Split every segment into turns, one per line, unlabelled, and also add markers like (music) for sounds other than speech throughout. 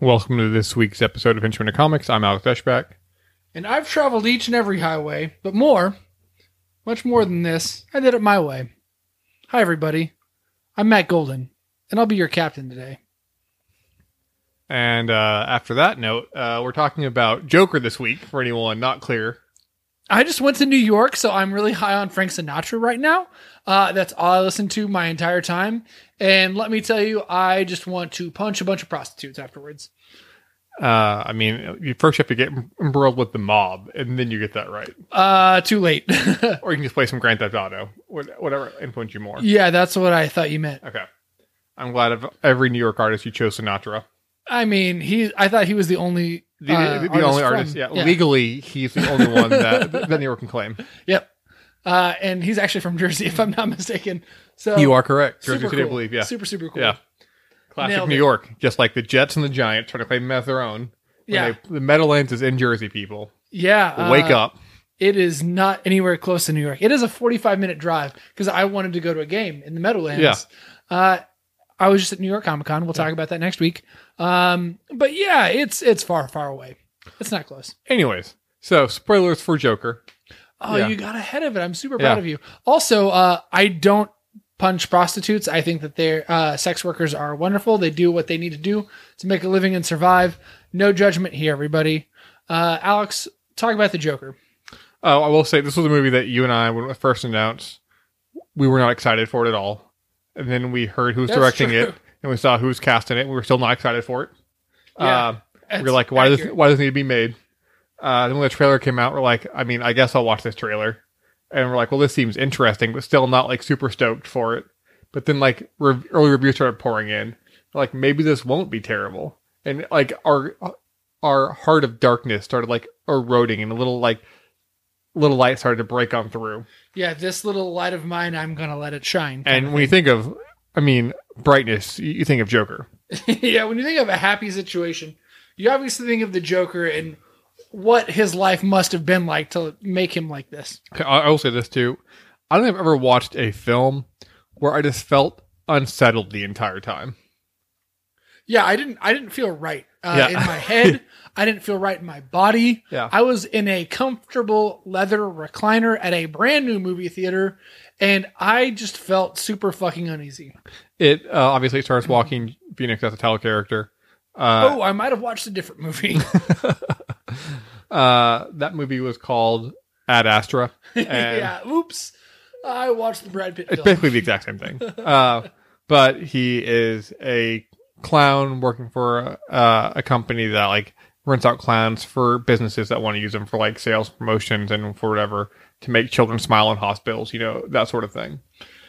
Welcome to this week's episode of Instrument of Comics. I'm Alex Eschbach.
And I've traveled each and every highway, but more, much more than this, I did it my way. Hi, everybody. I'm Matt Golden, and I'll be your captain today.
And uh, after that note, uh, we're talking about Joker this week for anyone not clear.
I just went to New York, so I'm really high on Frank Sinatra right now. Uh, that's all I listen to my entire time. And let me tell you, I just want to punch a bunch of prostitutes afterwards.
Uh, I mean, you first have to get embroiled with the mob, and then you get that right.
Uh, too late. (laughs)
Or you can just play some Grand Theft Auto, wh- whatever influenced you more.
yeah, that's what I thought you meant.
Okay. I'm glad of every New York artist you chose Sinatra.
I mean, he. I thought he was the only
The,
uh,
the only
from-
artist, yeah, Legally, he's the only one that, that New York can claim.
Yep. Uh, and he's actually from Jersey, (laughs) if I'm not mistaken. (laughs) So
are correct. Jersey
super
City, I
cool.
believe. Yeah.
Super super cool.
Yeah. Classic
Nailed
New
it.
York, just like the Jets and the Giants trying to play Methorone. When
Yeah.
they- the Meadowlands is in Jersey, people.
Yeah.
Wake
uh,
up.
It is not anywhere close to New York. It is a 45 minute drive because I wanted to go to a game in the Meadowlands.
Yeah.
Uh, I was just at New York Comic Con. We'll talk about that next week. Um, but yeah, it's it's far far away. It's not close.
Anyways, so spoilers for Joker.
Oh,
Yeah.
you got ahead of it. I'm super
Yeah.
proud of you. Also, uh, I don't punch prostitutes. I think that their uh, sex workers are wonderful. They do what they need to do to make a living and survive. No judgment here, everybody. Uh, Alex, talk about the Joker.
Oh, I will say this was a movie that you and I, when it was first announced, we were not excited for it at all. And then we heard who was
That's
directing it,
true.
and we saw who was casting it. We were still not excited for it.
Yeah,
Uh, we are like, why does
accurate.
why does it need to be made? Uh, then when the trailer came out, we're like, I mean, I guess I'll watch this trailer. And we're like, well, this seems interesting, but still not like super stoked for it. But then like rev- early reviews started pouring in, We're like maybe this won't be terrible. And like our our heart of darkness started like eroding, and a little like little light started to break on through.
Yeah, this little light of mine, I'm gonna let it shine.
And when you think of, I mean, brightness, you- you think of Joker.
(laughs) yeah, when you think of a happy situation, you obviously think of the Joker and what his life must have been like to make him like this.
Okay, I I will say this too. I don't think I've ever watched a film where I just felt unsettled the entire time.
Yeah, I didn't. I didn't feel right uh,
Yeah.
in
(laughs)
my head. I didn't feel right in my body.
Yeah.
I was in a comfortable leather recliner at a brand new movie theater, and I just felt super fucking uneasy.
It uh, obviously starts walking Phoenix as a title character. Uh,
oh, I might have watched a different movie. (laughs)
uh, that movie was called Ad Astra. And
yeah, oops. I watched the Brad Pitt
It's
film.
basically the exact same thing. Uh, but he is a clown working for uh, a company that like rents out clowns for businesses that want to use them for like sales promotions and for whatever to make children smile in hospitals, you know, that sort of thing.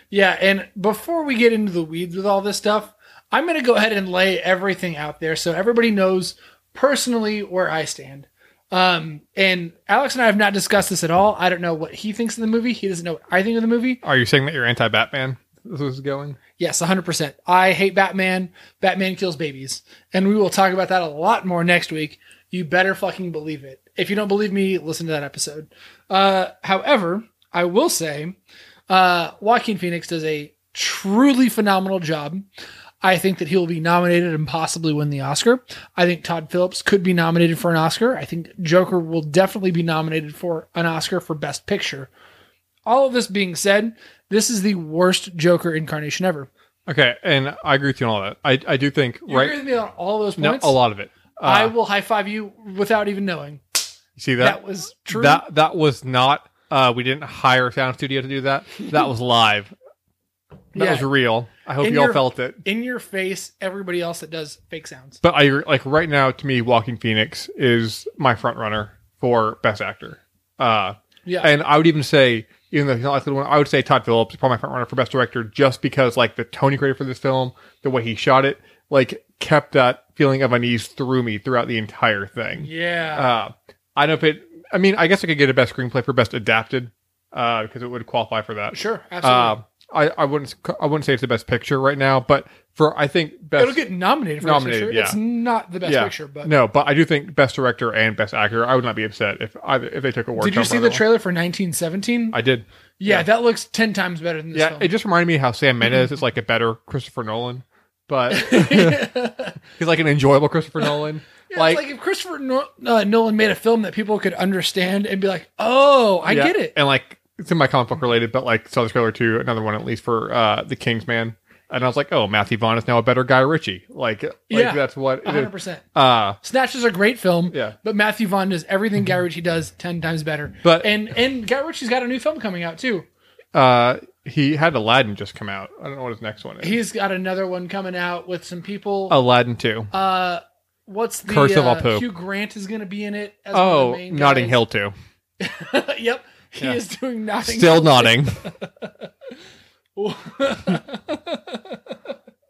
Yeah, and before we get into the weeds with all this stuff, I'm going to go ahead and lay everything out there so everybody knows personally where I stand. Um, and Alex and I have not discussed this at all. I don't know what he thinks of the movie. He doesn't know what I think of the movie.
Are you saying that you're anti Batman? This is going.
Yes, 100%. I hate Batman. Batman kills babies. And we will talk about that a lot more next week. You better fucking believe it. If you don't believe me, listen to that episode. Uh, however, I will say uh, Joaquin Phoenix does a truly phenomenal job. I think that he will be nominated and possibly win the Oscar. I think Todd Phillips could be nominated for an Oscar. I think Joker will definitely be nominated for an Oscar for Best Picture. All of this being said, this is the worst Joker incarnation ever.
Okay, and I agree with you on all that. I, I do think
You
right
agree with me on all those
no,
points?
a lot of it. Uh,
I will high five you without even knowing.
you see
That,
that
was true.
that that was not uh, we didn't hire a sound studio to do that. That was live. That
Yeah.
was real. I hope
In
you all
your-
felt it.
In your face, everybody else that does fake sounds.
But I agree- like right now to me, Walking Phoenix is my front runner for best actor. Uh,
Yeah.
and I would even say, even though he's not likely to win, I would say Todd Phillips is probably my front runner for best director, just because like the tone he created for this film, the way he shot it, like kept that feeling of unease through me throughout the entire thing.
yeah.
Uh, I don't know if it. I mean, I guess I could get a best screenplay for best adapted uh, because it would qualify for that.
sure. Absolutely.
Uh, I, I wouldn't I wouldn't say it's the best picture right now, but for I think best
It'll get nominated for
Nominated,
Best Picture.
yeah.
It's not the Best
Yeah.
Picture, but
no, but I do think best director and best actor. I would not be upset if either if they took a
did you see the trailer for 1917?
I did.
yeah,
yeah.
that looks ten times better than this
Yeah,
(laughs) film.
it (laughs) just reminded me how Sam Mendes is like a better Christopher Nolan,
(laughs)
but he's like an enjoyable Christopher Nolan. (laughs)
Yeah,
like,
it's like if Christopher Nor- uh, Nolan made a film that people could understand and be like, "Oh, I
yeah,
get it."
And like it's in my comic book related, but like saw the trailer too, another one at least for uh the Kingsman. And I was like, oh, Matthew Vaughn is now a better Guy Ritchie. Like, like
Yeah.
that's what it
hundred
is.
percent.
Uh,
Snatch is a great film,
Yeah. Mhm.
but Matthew Vaughn does everything Guy Ritchie does ten times better.
But-
and and Guy Ritchie's got a new film coming out too.
uh, he had Aladdin just come out. I don't know what his next one is.
He's got another one coming out with some people.
Aladdin 2.
Uh, what's the
Oh. Curse of
uh,
all poop.
Hugh Grant is going to be in it? As one of the
oh,
main
Notting
guys.
Hill 2.
(laughs) yep, he
Yeah.
is doing Notting.
Still
(laughs)
nodding. (laughs)
Hill.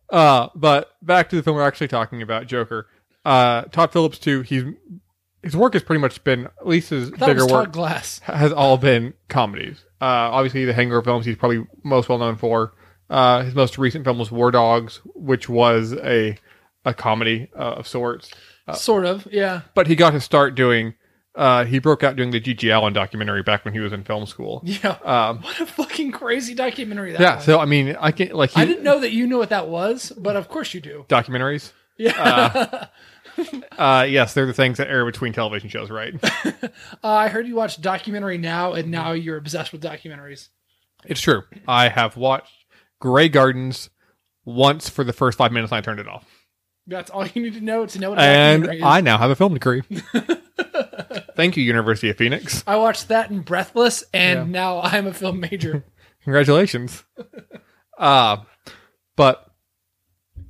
Uh, but back to the film we're actually talking about, Joker. Uh, Todd Phillips too. He's his work has pretty much been at least his
that was
bigger
Todd
work
Glass.
has all been comedies. Uh, obviously the Hangover films he's probably most well known for. Uh, his most recent film was War Dogs, which was a a comedy uh, of sorts.
sort of, yeah. (laughs)
But he got his start doing. Uh, he broke out doing the G.G. Allen documentary back when he was in film school.
Yeah.
Um,
what a fucking crazy documentary that
yeah.
was.
So I mean, I can like he,
I didn't know that you knew what that was, but of course you do. (laughs)
documentaries.
Yeah.
Uh, yes, they're the things that air between television shows, right?
Uh, I heard you watch documentary now, and now you're obsessed with documentaries.
(laughs) It's true. I have watched Grey Gardens once for the first five minutes and I turned it off.
That's all you need to know to know what a
And
documentary is.
I now have a film (laughs) degree. Thank you, University of Phoenix.
I watched that in Breathless, and
Yeah.
now (laughs) I'm a film major.
(laughs) Congratulations. Uh, but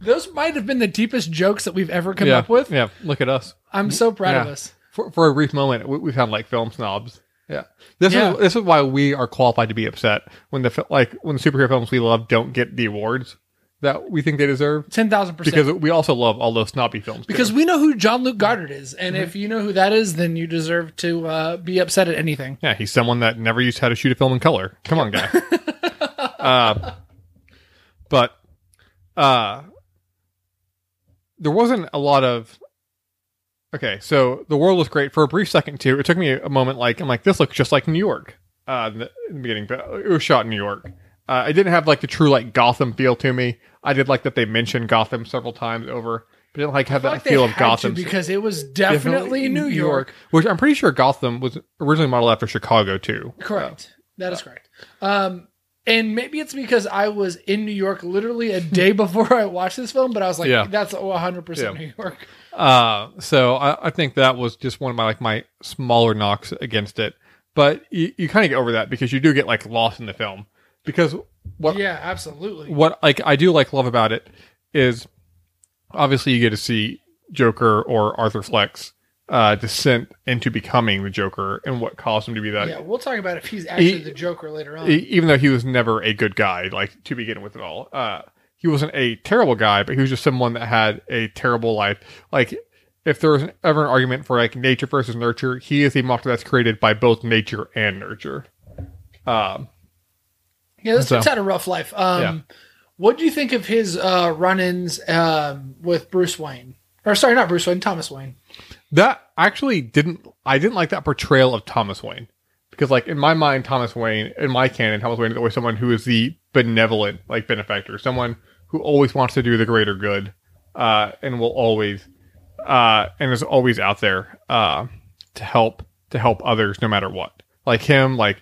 Those might have been the deepest jokes that we've ever come
yeah,
up with.
yeah, look at us.
I'm so proud of
Yeah.
us.
For, for a brief moment, we, we sound like film snobs. Yeah, this
Yeah.
is this is why we are qualified to be upset when the fi- like when the superhero films we love don't get the awards that we think they deserve
Ten thousand percent.
because we also love all those snobby films. too.
Because we know who John Luke Goddard is,
Mhm.
and if you know who that is, then you deserve to uh, be upset at anything.
Yeah, he's someone that never used how to shoot a film in color. Come on,
(laughs)
guy. uh, but uh, there wasn't a lot of. Okay, so the world was great for a brief second too. It took me a moment. Like I'm like, this looks just like New York uh, in, the, in the beginning, but it was shot in New York. Uh, it didn't have like the true like Gotham feel to me. I did like that they mentioned Gotham several times over, but didn't like have
I feel
that
like they
feel of
had to
Gotham.
because it was definitely New York.
which I'm pretty sure Gotham was originally modeled after Chicago too.
Correct. that is correct. Um, and maybe it's because I was in New York literally a day (laughs) before I watched this film, but I was like,
Yeah.
that's 100%
Yeah.
New York.
Uh, so I, I think that was just one of my like my smaller knocks against it. But you, you kind of get over that because you do get like lost in the film because what
yeah, absolutely.
what like I do like love about it is obviously you get to see Joker or Arthur Fleck's uh, descent into becoming the Joker and what caused him to be that.
Yeah, we'll talk about if he's actually
uh, He-
the Joker later on.
E- even though he was never a good guy, like to begin with at all. Uh, he wasn't a terrible guy, but he was just someone that had a terrible life. Like, if there was an, ever an argument for like nature versus nurture, he is the monster that's created by both nature and nurture. Um,
yeah, this
so-
dude's had a rough life. Um, What do you think of his uh, run ins um, with Bruce Wayne? Or, sorry, not Bruce Wayne, Thomas Wayne.
that actually didn't. I didn't like that portrayal of Thomas Wayne because, like, in my mind, Thomas Wayne, in my canon, Thomas Wayne is always someone who is the benevolent, like, benefactor, someone who always wants to do the greater good, uh, and will always uh, and is always out there uh, to help to help others no matter what. Like him, like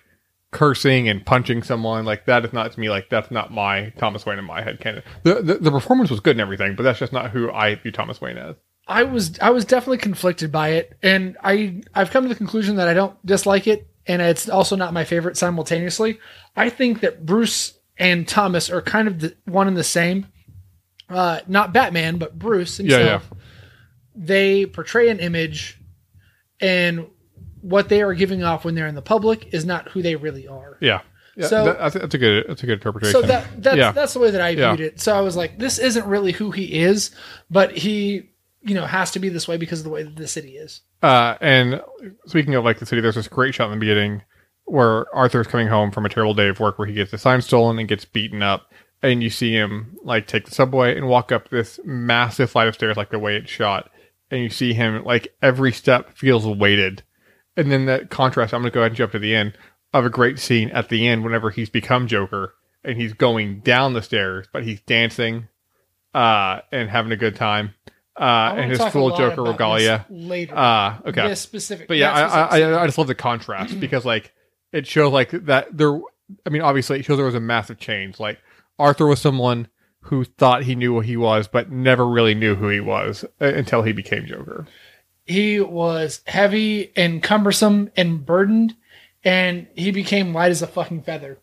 cursing and punching someone, like that is not to me. Like that's not my Thomas Wayne in my head canon. The, the the performance was good and everything, but that's just not who I view Thomas Wayne as.
I was I was definitely conflicted by it, and I I've come to the conclusion that I don't dislike it, and it's also not my favorite simultaneously. I think that Bruce and Thomas are kind of the, one and the same. Uh, not Batman, but Bruce
Yeah,
himself. They portray an image, and what they are giving off when they're in the public is not who they really are.
yeah, yeah. Yeah,
So-
that- that's, that's a good that's a good interpretation.
So that that's
yeah,
that's the way that I
Yeah.
viewed it. So I was like, this isn't really who he is, but he you know has to be this way because of the way that the city is.
uh, and speaking of like the city, there's this great shot in the beginning where Arthur's coming home from a terrible day of work where he gets his sign stolen and gets beaten up, and you see him like take the subway and walk up this massive flight of stairs, like the way it's shot, and you see him like every step feels weighted, and then that contrast. I'm gonna go ahead and jump to the end of a great scene at the end whenever he's become Joker and he's going down the stairs, but he's dancing, uh, and having a good time, uh, and his full Joker regalia.
later.
Uh, okay,
This specific.
but yeah,
that
I,
specific
I I just love the contrast because like it shows like that there. I mean, obviously, it shows there was a massive change. Like Arthur was someone who thought he knew what he was, but never really knew who he was uh, until he became Joker.
he was heavy and cumbersome and burdened, and he became light as a fucking feather.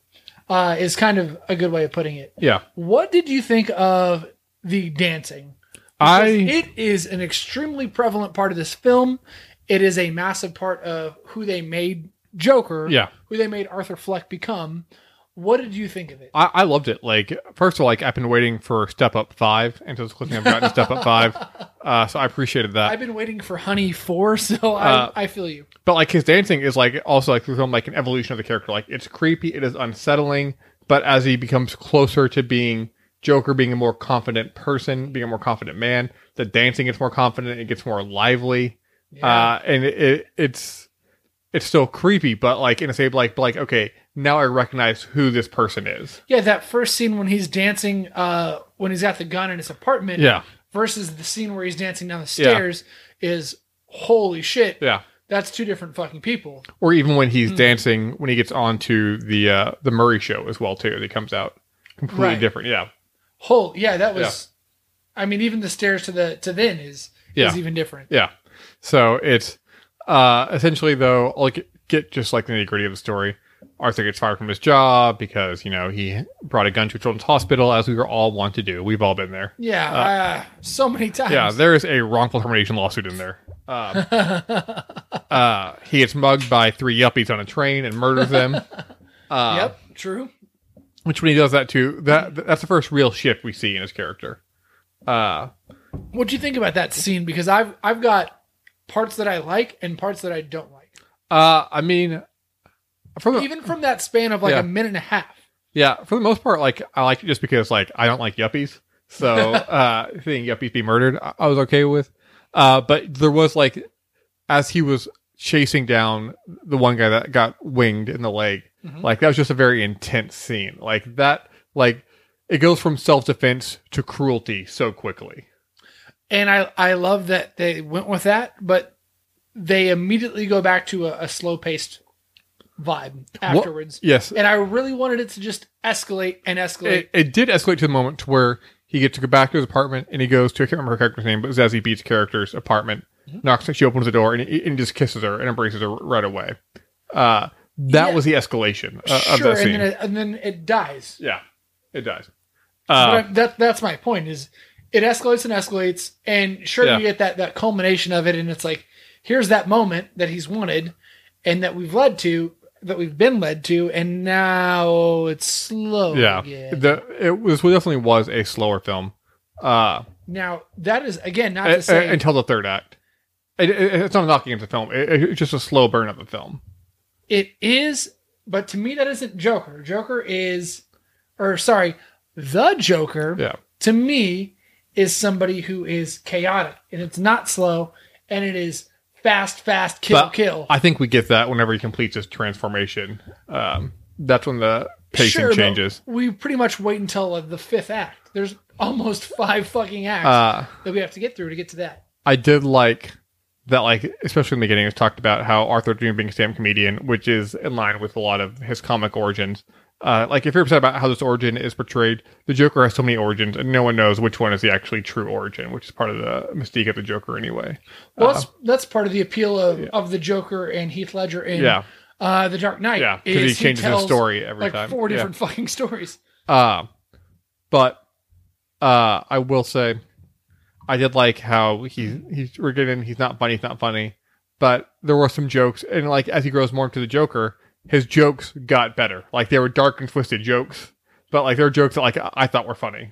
Uh, is kind of a good way of putting it.
Yeah,
What did you think of the dancing?
I
Because it is an extremely prevalent part of this film. It is a massive part of who they made Joker,
yeah.
who they made Arthur Fleck become. What did you think of it?
I, I loved it. Like, first of all, like I've been waiting for Step Up Five, and so it's clicking. I've gotten to Step Up Five, uh, so I appreciated that.
I've been waiting for Honey Four, (laughs) so
Uh,
I, I feel you.
but like his dancing is like also like through film like an evolution of the character. Like it's creepy, it is unsettling, but as he becomes closer to being Joker, being a more confident person, being a more confident man, the dancing gets more confident. It gets more lively,
Yeah.
uh, and it, it, it's it's still creepy, but like in a same like like okay, now I recognize who this person is.
yeah, that first scene when he's dancing, uh, when he's at the gun in his apartment,
Yeah,
versus the scene where he's dancing down the
Yeah.
stairs is holy shit.
yeah.
That's two different fucking people.
Or even when
Hmm.
he's dancing, when he gets onto the uh, the Murray show as well too, that comes out completely
Right.
different. Yeah,
Whole yeah, that was. I mean, even the stairs to the to then is
Yeah.
is even different.
Yeah. So it's uh essentially though, I'll get, get just like the nitty gritty of the story. Arthur gets fired from his job because, you know, he brought a gun to a children's hospital as we were all want to do. We've all been there.
Yeah, uh, so many times.
Yeah, there is a wrongful termination lawsuit in there. Um, uh, he gets mugged by three yuppies on a train and murders them. Uh,
yep, true.
Which, when he does that too, that that's the first real shift we see in his character. Uh,
What do you think about that scene? Because I've I've got parts that I like and parts that I don't like.
uh, I mean, from a-
Even from that span of like
Yeah.
a minute and a half.
Yeah, for the most part, like I like it just because like I don't like yuppies, so uh seeing yuppies be murdered, I, I was okay with. Uh But there was like, as he was chasing down the one guy that got winged in the leg,
Mhm.
like that was just a very intense scene. Like that, like it goes from self defense to cruelty so quickly.
and I I love that they went with that, but they immediately go back to a, a slow paced vibe afterwards.
Yes,
And I really wanted it to just escalate and escalate.
it, it did escalate to the moment to where he gets to go back to his apartment and he goes to I can't remember her character's name, but Zazie Beats character's apartment,
Mm-hmm.
knocks, she opens the door and, and just kisses her and embraces her right away. Uh, that
Yeah.
was the escalation uh, of
sure,
that
and
scene.
then it, and then it dies.
yeah, it does.
but
Uh,
I, that that's my point is it escalates and escalates, and sure
Yeah.
you get that that culmination of it, and it's like here's that moment that he's wanted, and that we've led to. That we've been led to, and now it's slow.
yeah,
again.
The, it was it definitely was a slower film uh,
Now that is again not
a-
to say
a- until the third act. It, it, it's not knocking into the film. It, it- it's just a slow burn of the film.
It is, but to me, that isn't Joker. Joker is, or sorry, the Joker
Yeah.
to me is somebody who is chaotic and it's not slow and it is fast, fast, kill,
But
kill.
I think we get that whenever he completes his transformation. Um, that's when the pacing
Sure, but
changes.
We pretty much wait until uh, the fifth act. There's almost (laughs) five fucking acts
Uh,
that we have to get through to get to that.
I did like that, like especially in the beginning, it was talked about how Arthur Dream being a stand comedian, which is in line with a lot of his comic origins. Uh, like if you're upset about how this origin is portrayed, the Joker has so many origins, and no one knows which one is the actually true origin, which is part of the mystique of the Joker anyway.
Well,
Uh,
that's, that's part of the appeal of, of the Joker and Heath Ledger in
yeah,
uh, The Dark Knight.
yeah, because he
is
changes his
tells,
story every
like
time.
four
Yeah.
different (laughs) fucking stories.
Uh, but uh, I will say, I did like how he's he's we're getting he's not funny, he's not funny, but there were some jokes, and like as he grows more into the Joker, his jokes got better. Like they were dark and twisted jokes, but like there were jokes that like I, I thought were funny.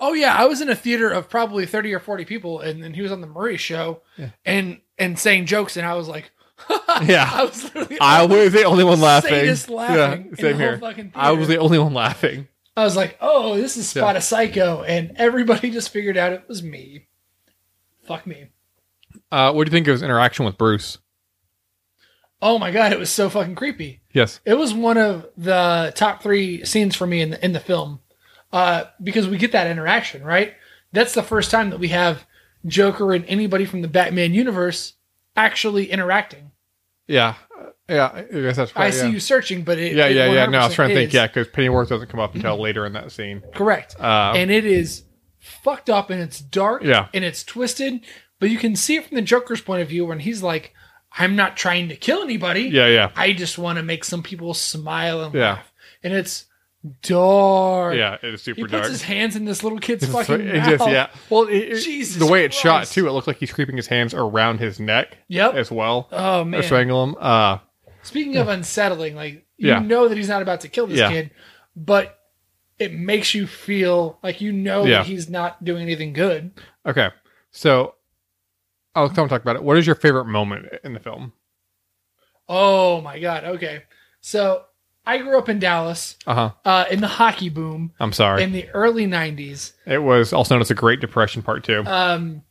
Oh yeah, I was in a theater of probably thirty or forty people, and then he was on the Murray Show,
Yeah.
and and saying jokes, and I was like, (laughs)
Yeah.
I was literally
I was the only one laughing.
sadist laughing.
Yeah, same
in the whole
here.
Fucking
I was
theater.
the only one laughing.
I was like, oh, this is Spot a Psycho, and everybody (laughs) just figured out it was me. Fuck me.
Uh, what do you think of his interaction with Bruce?
Oh my god, it was so fucking creepy.
Yes.
It was one of the top three scenes for me in the, in the film, uh, because we get that interaction right. That's the first time that we have Joker and anybody from the Batman universe actually interacting.
Yeah. Uh, Yeah. I guess that's
I
probably,
see
yeah.
you searching, but it
Yeah,
it
yeah, yeah. No, I was
100%
trying to think.
is.
Yeah, because Pennyworth doesn't come up until later in that scene.
correct.
Uh,
and it is fucked up and it's dark
Yeah.
and it's twisted but you can see it from the joker's point of view when he's like i'm not trying to kill anybody
yeah, yeah,
i just want to make some people smile and
Yeah.
laugh and it's dark
yeah. It is super
he puts
dark.
his hands in this little
(laughs)
kid's
It's
fucking
like- it
mouth.
just- yeah. Well, it, it-
Jesus
the way it's shot
Christ.
too, it looked like he's creeping his hands around his neck
yep
as well
oh man
to strangle him. Uh,
speaking of unsettling like you
Yeah.
know that he's not about to kill this
Yeah.
kid but it makes you feel like you know
Yeah.
that he's not doing anything good
okay, so I'll come talk about it. What is your favorite moment in the film?
Oh my god. Okay. So I grew up in Dallas
Uh huh.
uh, in the hockey boom
I'm sorry.
in the early '90s.
it was also known as the Great Depression Part Two.
Um,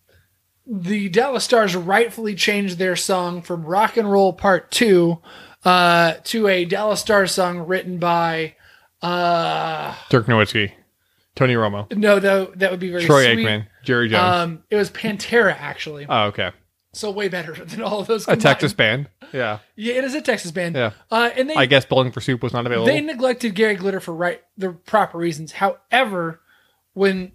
the Dallas Stars rightfully changed their song from "Rock and Roll Part 2 uh, to a Dallas Stars song written by. Uh,
Dirk Nowitzki, Tony Romo,
no, though that would be very
Troy
sweet.
Aikman, Jerry Jones.
Um, it was Pantera actually,
oh, okay.
so way better (laughs) than all of those.
A
combined.
Texas band. Yeah,
yeah, it is a Texas band.
yeah.
Uh, and they
I guess Bowling for Soup was not available.
They neglected Gary Glitter for right the proper reasons. However, when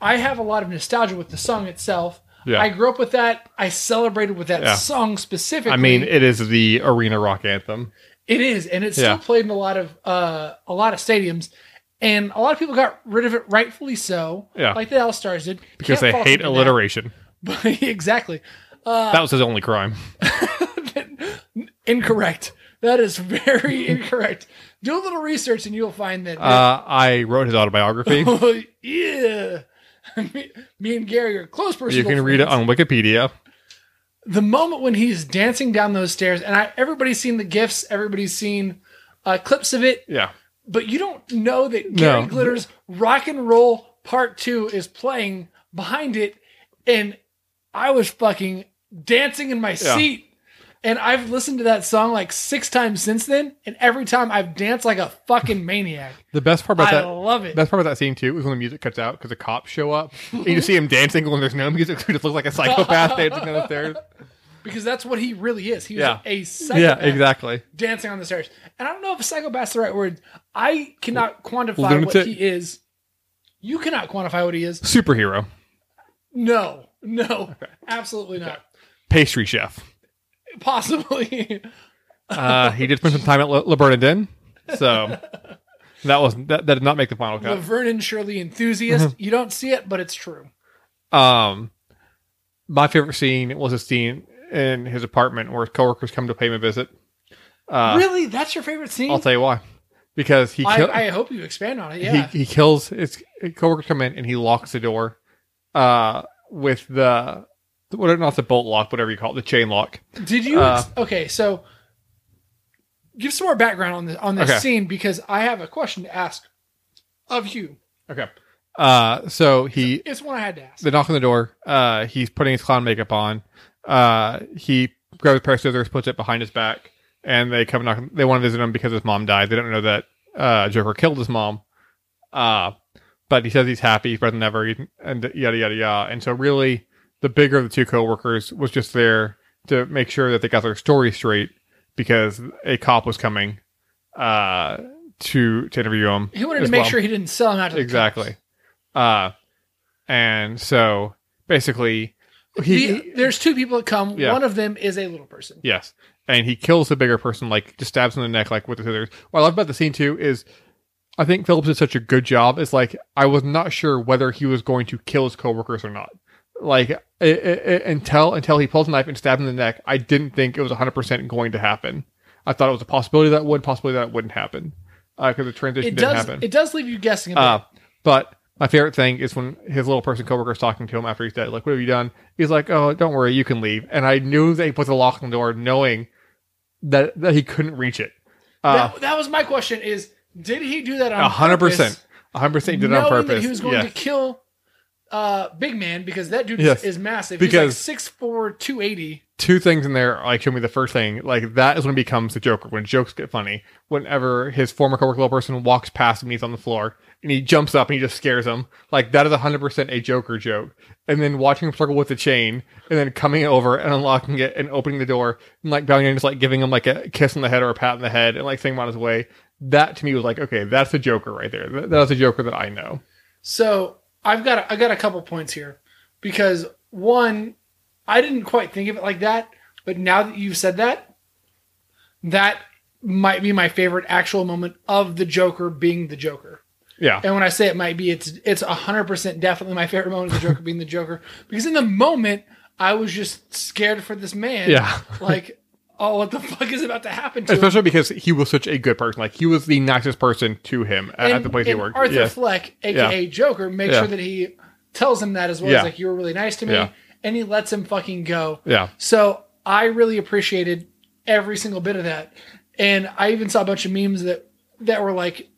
I have a lot of nostalgia with the song itself,
Yeah.
I grew up with that. I celebrated with that
Yeah.
song specifically.
I mean, it is the arena rock anthem.
it is, and it's
Yeah.
still played in a lot of uh, a lot of stadiums, and a lot of people got rid of it, rightfully so.
Yeah.
like the Dallas Stars did
because they
Can't fault
hate
them for
alliteration.
that. (laughs) But- exactly. (laughs)
that was his only crime.
Incorrect. That is very (laughs) incorrect. Do a little research, and you'll find
(laughs)
that.
Uh, I wrote his
(laughs)
autobiography.
yeah. (laughs) me, me and Gary are close
you
personal.
can read it
friends.
on Wikipedia.
the moment when he's dancing down those stairs, and I, everybody's seen the gifs, everybody's seen uh, clips of it,
Yeah,
but you don't know that
No.
Gary Glitter's Rock and Roll Part Two is playing behind it, and I was fucking dancing in my
Yeah.
seat. And I've listened to that song like six times since then, and every time I've danced like a fucking maniac.
the best part about
I
that.
love it.
That's part of that scene too is when the music cuts out because the cops show up and you see him dancing when there's no music. (laughs) So he just looks like a
(laughs)
psychopath dancing down the stairs.
because that's what he really is. He was
Yeah.
a
Yeah,
psychopath
exactly.
dancing on the stairs. And I don't know if psychopath's the right word. I cannot quantify
Lunatic.
what he is. You cannot quantify what he is.
Superhero,
No, no, absolutely not.
pastry chef.
Possibly. (laughs)
Uh, he did spend some time at Le, Le Bernardin,
(laughs)
so that was that, that did not make the final
the
cut.
Vernon Shirley
Mm-hmm.
enthusiast. You don't see it, but it's true.
Um, my favorite scene was a scene in his apartment where his coworkers come to pay him a visit. Uh,
really? That's your favorite scene?
I'll tell you why. Because he
I,
kill-
I hope you expand on it. Yeah.
he, he kills his coworkers come in and he locks the door uh with the what not the bolt lock, whatever you call it, the chain lock.
Did you?
uh,
ex- okay, so give some more background on this, on this
Okay.
scene because I have a question to ask of you.
Okay. Uh so he
It's one I had to ask.
the knock on the door, uh he's putting his clown makeup on. Uh he grabs a pair of scissors, puts it behind his back, and they come knock they want to visit him because his mom died. They don't know that uh Joker killed his mom. Uh but he says he's happy, he's better than ever, he's- and yada yada yada. And so, really, the bigger of the two coworkers was just there to make sure that they got their story straight because a cop was coming uh, to to interview him.
He wanted
as
to make
well.
sure he didn't sell him out to the
exactly.
cops.
Uh, and so, basically, he,
The- there's two people that come.
Yeah.
One of them is a little person.
Yes. And he kills the bigger person, like just stabs him in the neck, like with the scissors. What I love about the scene too is I think Phillips did such a good job. It's like I was not sure whether he was going to kill his coworkers or not. Like it, it, it- until until he pulls a knife and stabs him in the neck, I didn't think it was 100% going to happen. I thought it was a possibility that it would, possibly that it wouldn't happen because the transition
It
didn't
does.
happen.
It does leave you guessing. A bit.
Uh, but my favorite thing is when his little person coworker is talking to him after he's dead. Like, what have you done? He's like, oh, don't worry, you can leave. And I knew that he put the lock on the door, knowing that that he couldn't reach it. Uh,
that, that was my question: Is did he do that on
A hundred percent.
purpose?
100 percent did it
knowing
on
that
purpose.
he was going
yeah.
to kill uh, Big Man because that dude
Yes.
is, is massive.
Because-
He's like 6'4", 280.
Two things in there like show me the first thing. Like that is when he becomes the Joker when jokes get funny. Whenever his former coworker little person walks past him, he's on the floor and he jumps up and he just scares him. Like that is 100 percent a Joker joke. And then watching him struggle with the chain and then coming over and unlocking it and opening the door and like bowing and just like giving him like a kiss on the head or a pat on the head and like saying him on his way. That to me was like okay, that's the Joker right there. That- That's the Joker that I know.
So I've got a, I got a couple points here because one, I didn't quite think of it like that, but now that you've said that, that might be my favorite actual moment of the Joker being the Joker.
Yeah.
And when I say it might be, it's it's hundred percent definitely my favorite moment of the Joker being the Joker because in the moment I was just scared for this man.
Yeah.
Like, oh, what the fuck is about to happen to him?
Especially because he was such a good person. Like he was the nicest person to him at, at
And-
the place he
and
worked.
Arthur
Yeah.
Fleck, aka Joker, makes
Yeah.
sure that he tells him that as well.
Yeah.
He's like, "You were really nice to me,"
Yeah.
and he lets him fucking go.
Yeah.
So I really appreciated every single bit of that, and I even saw a bunch of memes that that were like,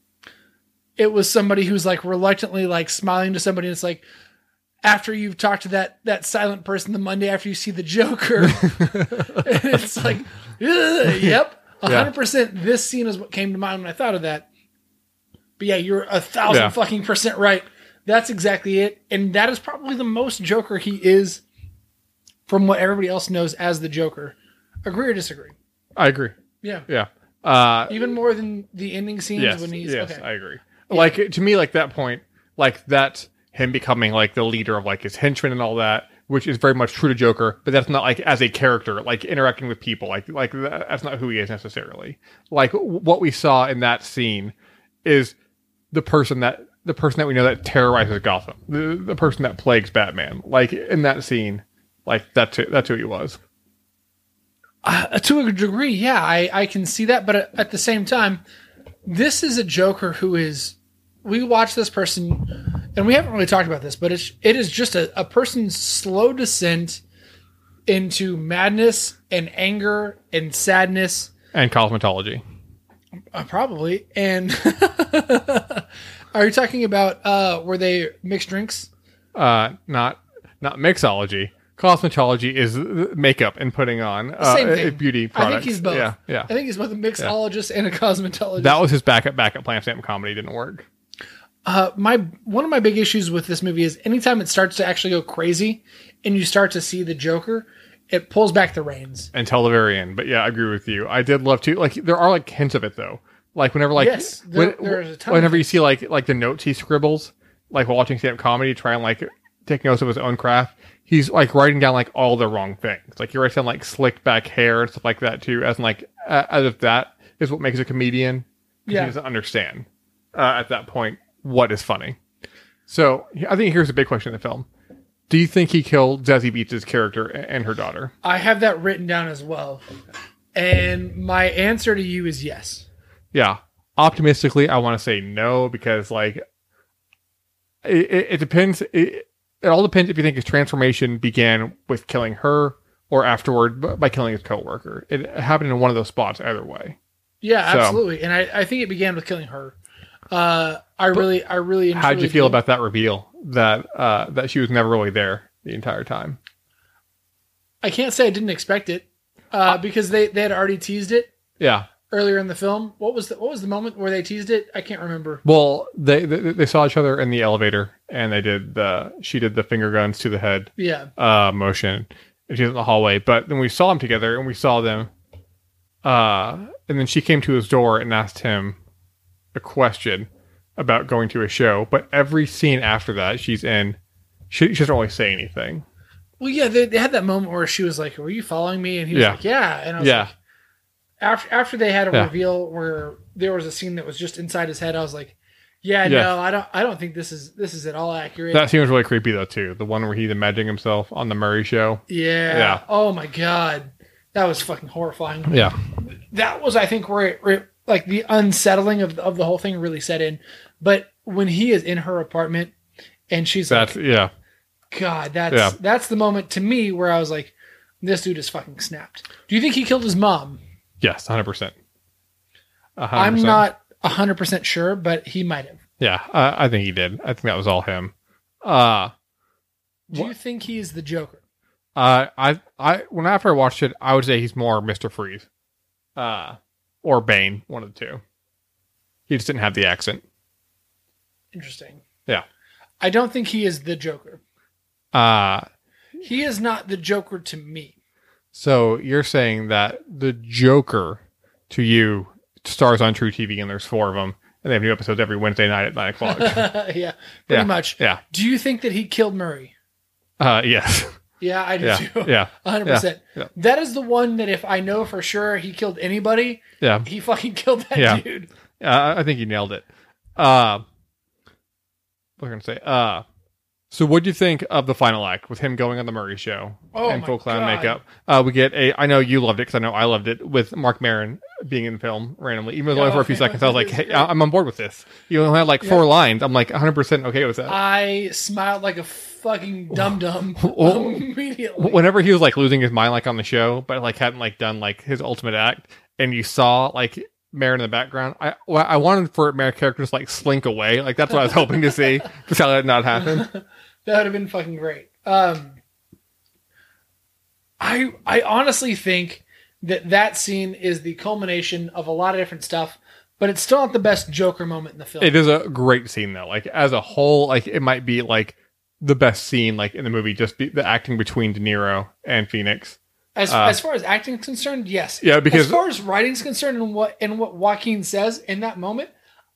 it was somebody who's like reluctantly like smiling to somebody, and it's like. After you've talked to that that silent person the Monday after you see
(laughs)
the Joker, (laughs) and it's like, "Ugh, yep,
Yeah.
hundred percent. This scene is what came to mind when I thought of that. But yeah, you're a thousand
Yeah.
fucking percent right. That's exactly it. And that is probably the most Joker he is from what everybody else knows as the Joker. Agree or disagree?
I agree.
Yeah.
Yeah. Uh,
Even more than the ending scenes
yes.
when he's
yes.
okay.
I agree. Like to me, like that point, like that him becoming like the leader of like his henchmen and all that, which is very much true to Joker, but that's not like as a character, like interacting with people, like like that, that's not who he is necessarily. Like w- what we saw in that scene is the person that the person that we know that terrorizes Gotham, the, the person that plagues Batman. Like in that scene, like that's who, that's who he was.
Uh, to a degree, yeah, I, I can see that. But at, at the same time, this is a Joker who is. We watch this person, and we haven't really talked about this, but it's, it is just a, a person's slow descent into madness and anger and sadness,
And cosmetology.
uh, probably. And (laughs) are you talking about uh, were they mixed drinks?
uh, not not mixology. Cosmetology is th- makeup and putting on uh,
Same
a-
thing.
a beauty
I
product.
think he's both.
Yeah, yeah.
I think he's both a mixologist and a cosmetologist.
That was his backup. Backup plan. Stamp comedy didn't work.
uh, my one of my big issues with this movie is anytime it starts to actually go crazy and you start to see the Joker, it pulls back the reins.
until the very end. But yeah, I agree with you. I did love to like there are like hints of it though. Like whenever like
Yes, there- there is a ton of
whenever you see like like the notes he scribbles, like while watching stand up comedy, try and like take notes of his own craft. He's like writing down like all the wrong things. Like he writes down like slicked back hair and stuff like that too. As in, like a- as if that is what makes a comedian. 'cause
Yeah.
he doesn't understand uh, at that point what is funny. So I think here's a big question in the film: Do you think he killed Zazie Beats' character a- and her daughter?
I have that written down as well, and my answer to you is yes.
yeah optimistically i want to say no because like it, it, it depends it, it all depends if you think his transformation began with killing her or afterward b- by killing his coworker it happened in one of those spots either way
Yeah,
So-
absolutely. And I, I think it began with killing her. Uh, I really, I really. and
how did you
truly
feel
do.
about that reveal that uh that she was never really there the entire time
I can't say I didn't expect it, uh, because they they had already teased it
yeah
earlier in the film. What was the what was the moment where they teased it? I can't remember.
well they, they they saw each other in the elevator and they did the she did the finger guns to the head
Yeah,
uh, motion. And she was in the hallway, but then we saw them together and we saw them. Uh, and then she came to his door and asked him a question about going to a show. But every scene after that, she's in. She, she doesn't always say anything.
Well, yeah, they, they had that moment where she was like, "Were you following me?" And he was
Yeah.
like, "Yeah." And I was
Yeah.
like, after after they had a
Yeah.
reveal where there was a scene that was just inside his head, I was like, "Yeah,
Yeah.
no, I don't, I don't think this is this is at all accurate."
That scene was really creepy though too. The one where he's imagining himself on the Murray show.
yeah.
Yeah.
Oh my god, that was fucking horrifying.
Yeah,
That was, I think, where, it, where it- like the unsettling of of the whole thing really set in. But when he is in her apartment and she's
that's
like,
yeah,
"God, that's
Yeah.
that's the moment to me where I was like." This dude is fucking snapped. Do you think he killed his mom?
yes, hundred percent.
I'm not 100% sure, but he might have.
Yeah, I, I think he did. I think that was all him. Uh,
Do you
What?
think he's the Joker?
uh, I, I, when after I watched it, I would say he's more Mister Freeze, uh, or Bane, one of the two. He just didn't have the accent.
Interesting.
Yeah.
I don't think he is the Joker.
Uh,
He is not the Joker to me.
so you're saying that the Joker to you stars on True TV, and there's four of them, and they have new episodes every Wednesday night at nine o'clock.
(laughs) yeah, pretty much.
yeah.
Do you think that he killed Murray?
Uh, yes.
Yeah, I do
Yeah.
too.
Yeah.
100%.
Yeah. Yeah.
That is the one that if I know for sure he killed anybody,
Yeah.
he fucking killed that
Yeah.
dude.
Uh, I think you nailed it. Uh, what was I going to say? Uh, so what do you think of the final act with him going on the Murray show
Oh
and
my
full clown
God.
makeup? Uh, we get a, I know you loved it because I know I loved it with Mark Maron being in the film randomly, even though
Yeah,
only for a few
okay.
seconds. I was like,
This
hey,
is
I- I'm on board with this. You only had like four lines. I'm like 100% okay with that.
I smiled like a fucking
(laughs)
dum dum
Oh.
immediately.
Wh- Whenever he was like losing his mind, like on the show, but like hadn't like done like his ultimate act, and you saw like Marin in the background, I well, I wanted for Marin character to just, like slink away, like that's what I was hoping to see. (laughs) Just how that not happen.
(laughs) That would have been fucking great. Um, I I honestly think that that scene is the culmination of a lot of different stuff, but it's still not the best Joker moment in the film.
It is a great scene though. Like as a whole, like it might be like the best scene like in the movie. Just be, the acting between De Niro and Phoenix.
as
uh,
as far as acting is concerned, yes.
Yeah,
as
because
far as writing's concerned and what and what Joaquin says in that moment,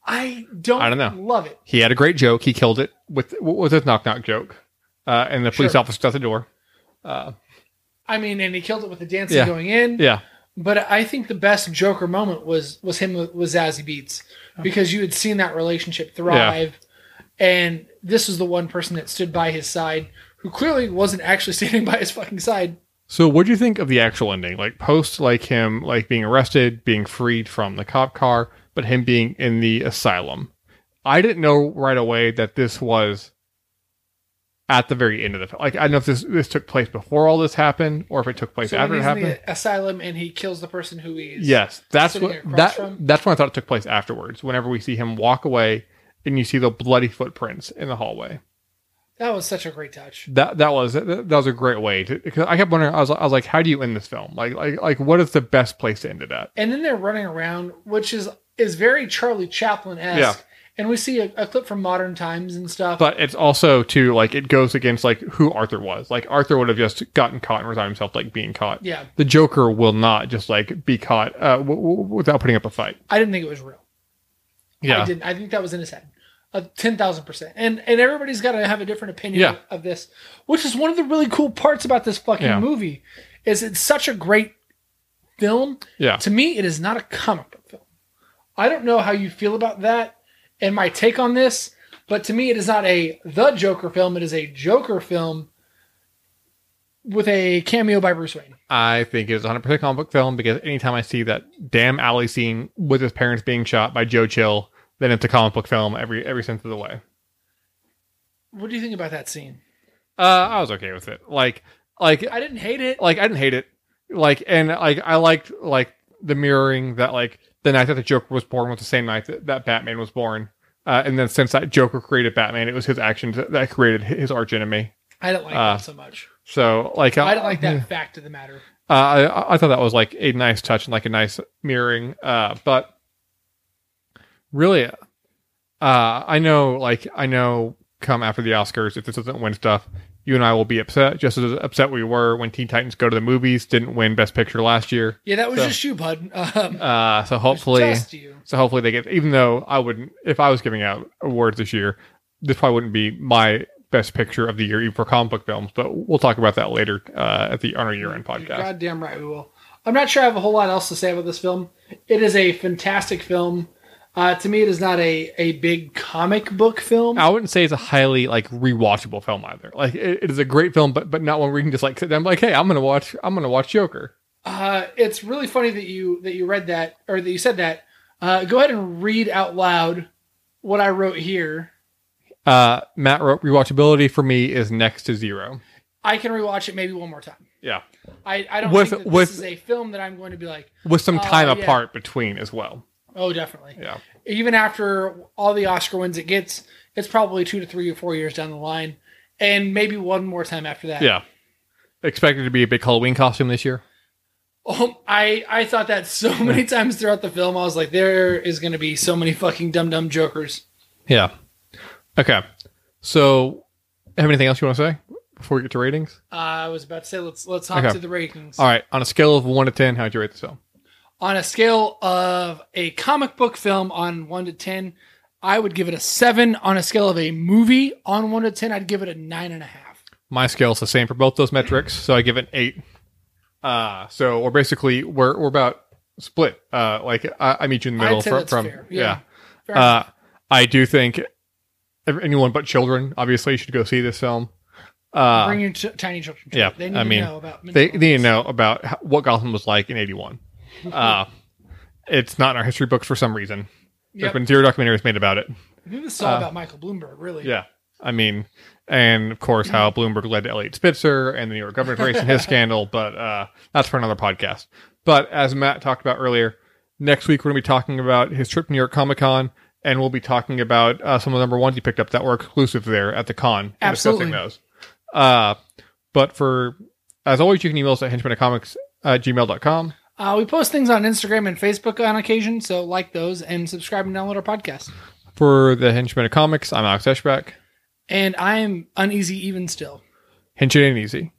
I don't
I don't know.
love it.
he had a great joke. He killed it with what was his knock knock joke, uh, and the police
Sure.
officer at the door. Uh,
I mean, and he killed it with the dancing
Yeah.
going in.
yeah,
But I think the best Joker moment was was him with with Zazie Beats because you had seen that relationship thrive, and this was the one person that stood by his side who clearly wasn't actually (laughs) standing by his fucking side.
So what do you think of the actual ending? Like post like him like being arrested, being freed from the cop car, but him being in the asylum. I didn't know right away that this was at the very end of the film. Like I don't know if this this took place before all this happened or if it took place
So
after
when
it
he's in
happened.
the asylum and he kills the person who he's
Yes, that's
sitting
what
across
that
from?
that's when I thought it took place afterwards. Whenever we see him walk away and you see the bloody footprints in the hallway.
That was such a great touch.
That that was that that was a great way to. Cause I kept wondering. I was I was like, how do you end this film? Like like like what is the best place to end it at?
And then they're running around, which is is very Charlie Chaplin esque. And we see a, a clip from modern times and stuff.
but it's also too like it goes against like who Arthur was. Like Arthur would have just gotten caught and resigned himself like being caught.
yeah,
The Joker will not just like be caught uh, w- w- without putting up a fight.
I didn't think it was real. I
Yeah,
didn't. I think that was in his head. Uh, 10,000%. And and everybody's got to have a different opinion
Yeah.
of this, which is one of the really cool parts about this fucking
Yeah.
movie is it's such a great film.
yeah,
To me, it is not a comic book film. I don't know how you feel about that and my take on this, but to me it is not a the Joker film, it is a Joker film with a cameo by Bruce Wayne.
I think it's 100 percent comic book film because anytime I see that damn alley scene with his parents being shot by Joe Chill, then it's a comic book film every every sense of the way.
What do you think about that scene?
Uh, I was okay with it. Like like
I didn't hate it.
like I didn't hate it. Like and like I liked like the mirroring that like the night that the Joker was born was the same night that, that Batman was born. Uh, and then since that Joker created Batman, it was his actions that, that created hi- his arch enemy.
I didn't like
Uh,
that so much.
So like
I didn't like that fact of the matter.
Uh, I I thought that was like a nice touch and like a nice mirroring. Uh, but really, uh, I know like I know come after the Oscars if this doesn't win stuff. You and I will be upset, just as upset we were when Teen Titans Go to the Movies didn't win Best Picture last year.
Yeah, that was
So-
just you, bud. (laughs) Um,
Uh, so
it was
hopefully,
just you.
so hopefully they get. Even though I wouldn't, if I was giving out awards this year, this probably wouldn't be my best picture of the year even for comic book films. But we'll talk about that later uh, at the honor year end
You're
podcast.
goddamn right we will. I'm not sure I have a whole lot else to say about this film. It is a fantastic film. Uh, to me, it is not a, a big comic book film.
I wouldn't say it's a highly like rewatchable film either. Like it, it is a great film, but but not one where you can just like sit down and be like, hey, I'm gonna watch I'm gonna watch Joker.
Uh, it's really funny that you that you read that or that you said that. Uh, go ahead and read out loud what I wrote here.
Uh, Matt wrote rewatchability for me is next to zero.
I can rewatch it maybe one more time.
Yeah,
I, I don't
With-
think that
with-
this is a film that I'm going to be like,
with some
Oh,
time
yeah.
apart between as well.
Oh, definitely.
Yeah.
Even after all the Oscar wins it gets, it's probably two to three or four years down the line, and maybe one more time after that.
Yeah. Expected to be a big Halloween costume this year.
Oh, I I thought
(laughs)
that so many times throughout the film. I was like, there is going to be so many fucking dumb dumb jokers.
Yeah. Okay. So, have anything else you want to say before we get to ratings?
Uh, I was about to say, let's let's hop
Okay.
to the ratings.
All right. On a scale of one to ten, how'd you rate this film?
On a scale of a comic book film on one to ten, I would give it a seven. On a scale of a movie on one to ten, I'd give it a nine and a half.
My scale's the same for both those metrics, so I give it an eight. Uh so we're basically we're we're about split. Uh, like I, I meet you in the middle
I'd say
from,
that's
from
fair.
yeah.
Yeah. Fair enough.
Uh, I do think ev- anyone but children obviously should go see this film. Uh,
Bring your ch- tiny children. To
yeah,
it. They need
I
to
mean,
know about mental
they, they need to
illness.
know about how, what Gotham was like in
(laughs)
81. Uh, it's not in our history books for some reason. There's
Yep.
been zero documentaries made about it.
This is all
uh,
about Michael Bloomberg, really.
Yeah. I mean, and of course, how Bloomberg led to Elliot Spitzer and the New York governor's race and his scandal, but uh, that's for another podcast. But as Matt talked about earlier, next week we're going to be talking about his trip to New York Comic Con, and we'll be talking about uh, some of the number ones he picked up that were exclusive there at the con. and
Absolutely.
Discussing those. Uh, but for, as always, you can email us at henchman at gmail.com.
Uh, we post things on Instagram and Facebook on occasion, so like those and subscribe and download our podcast.
For the Henchman of Comics, I'm Alex Eschbach.
And I am uneasy even still.
Henchman ain't easy.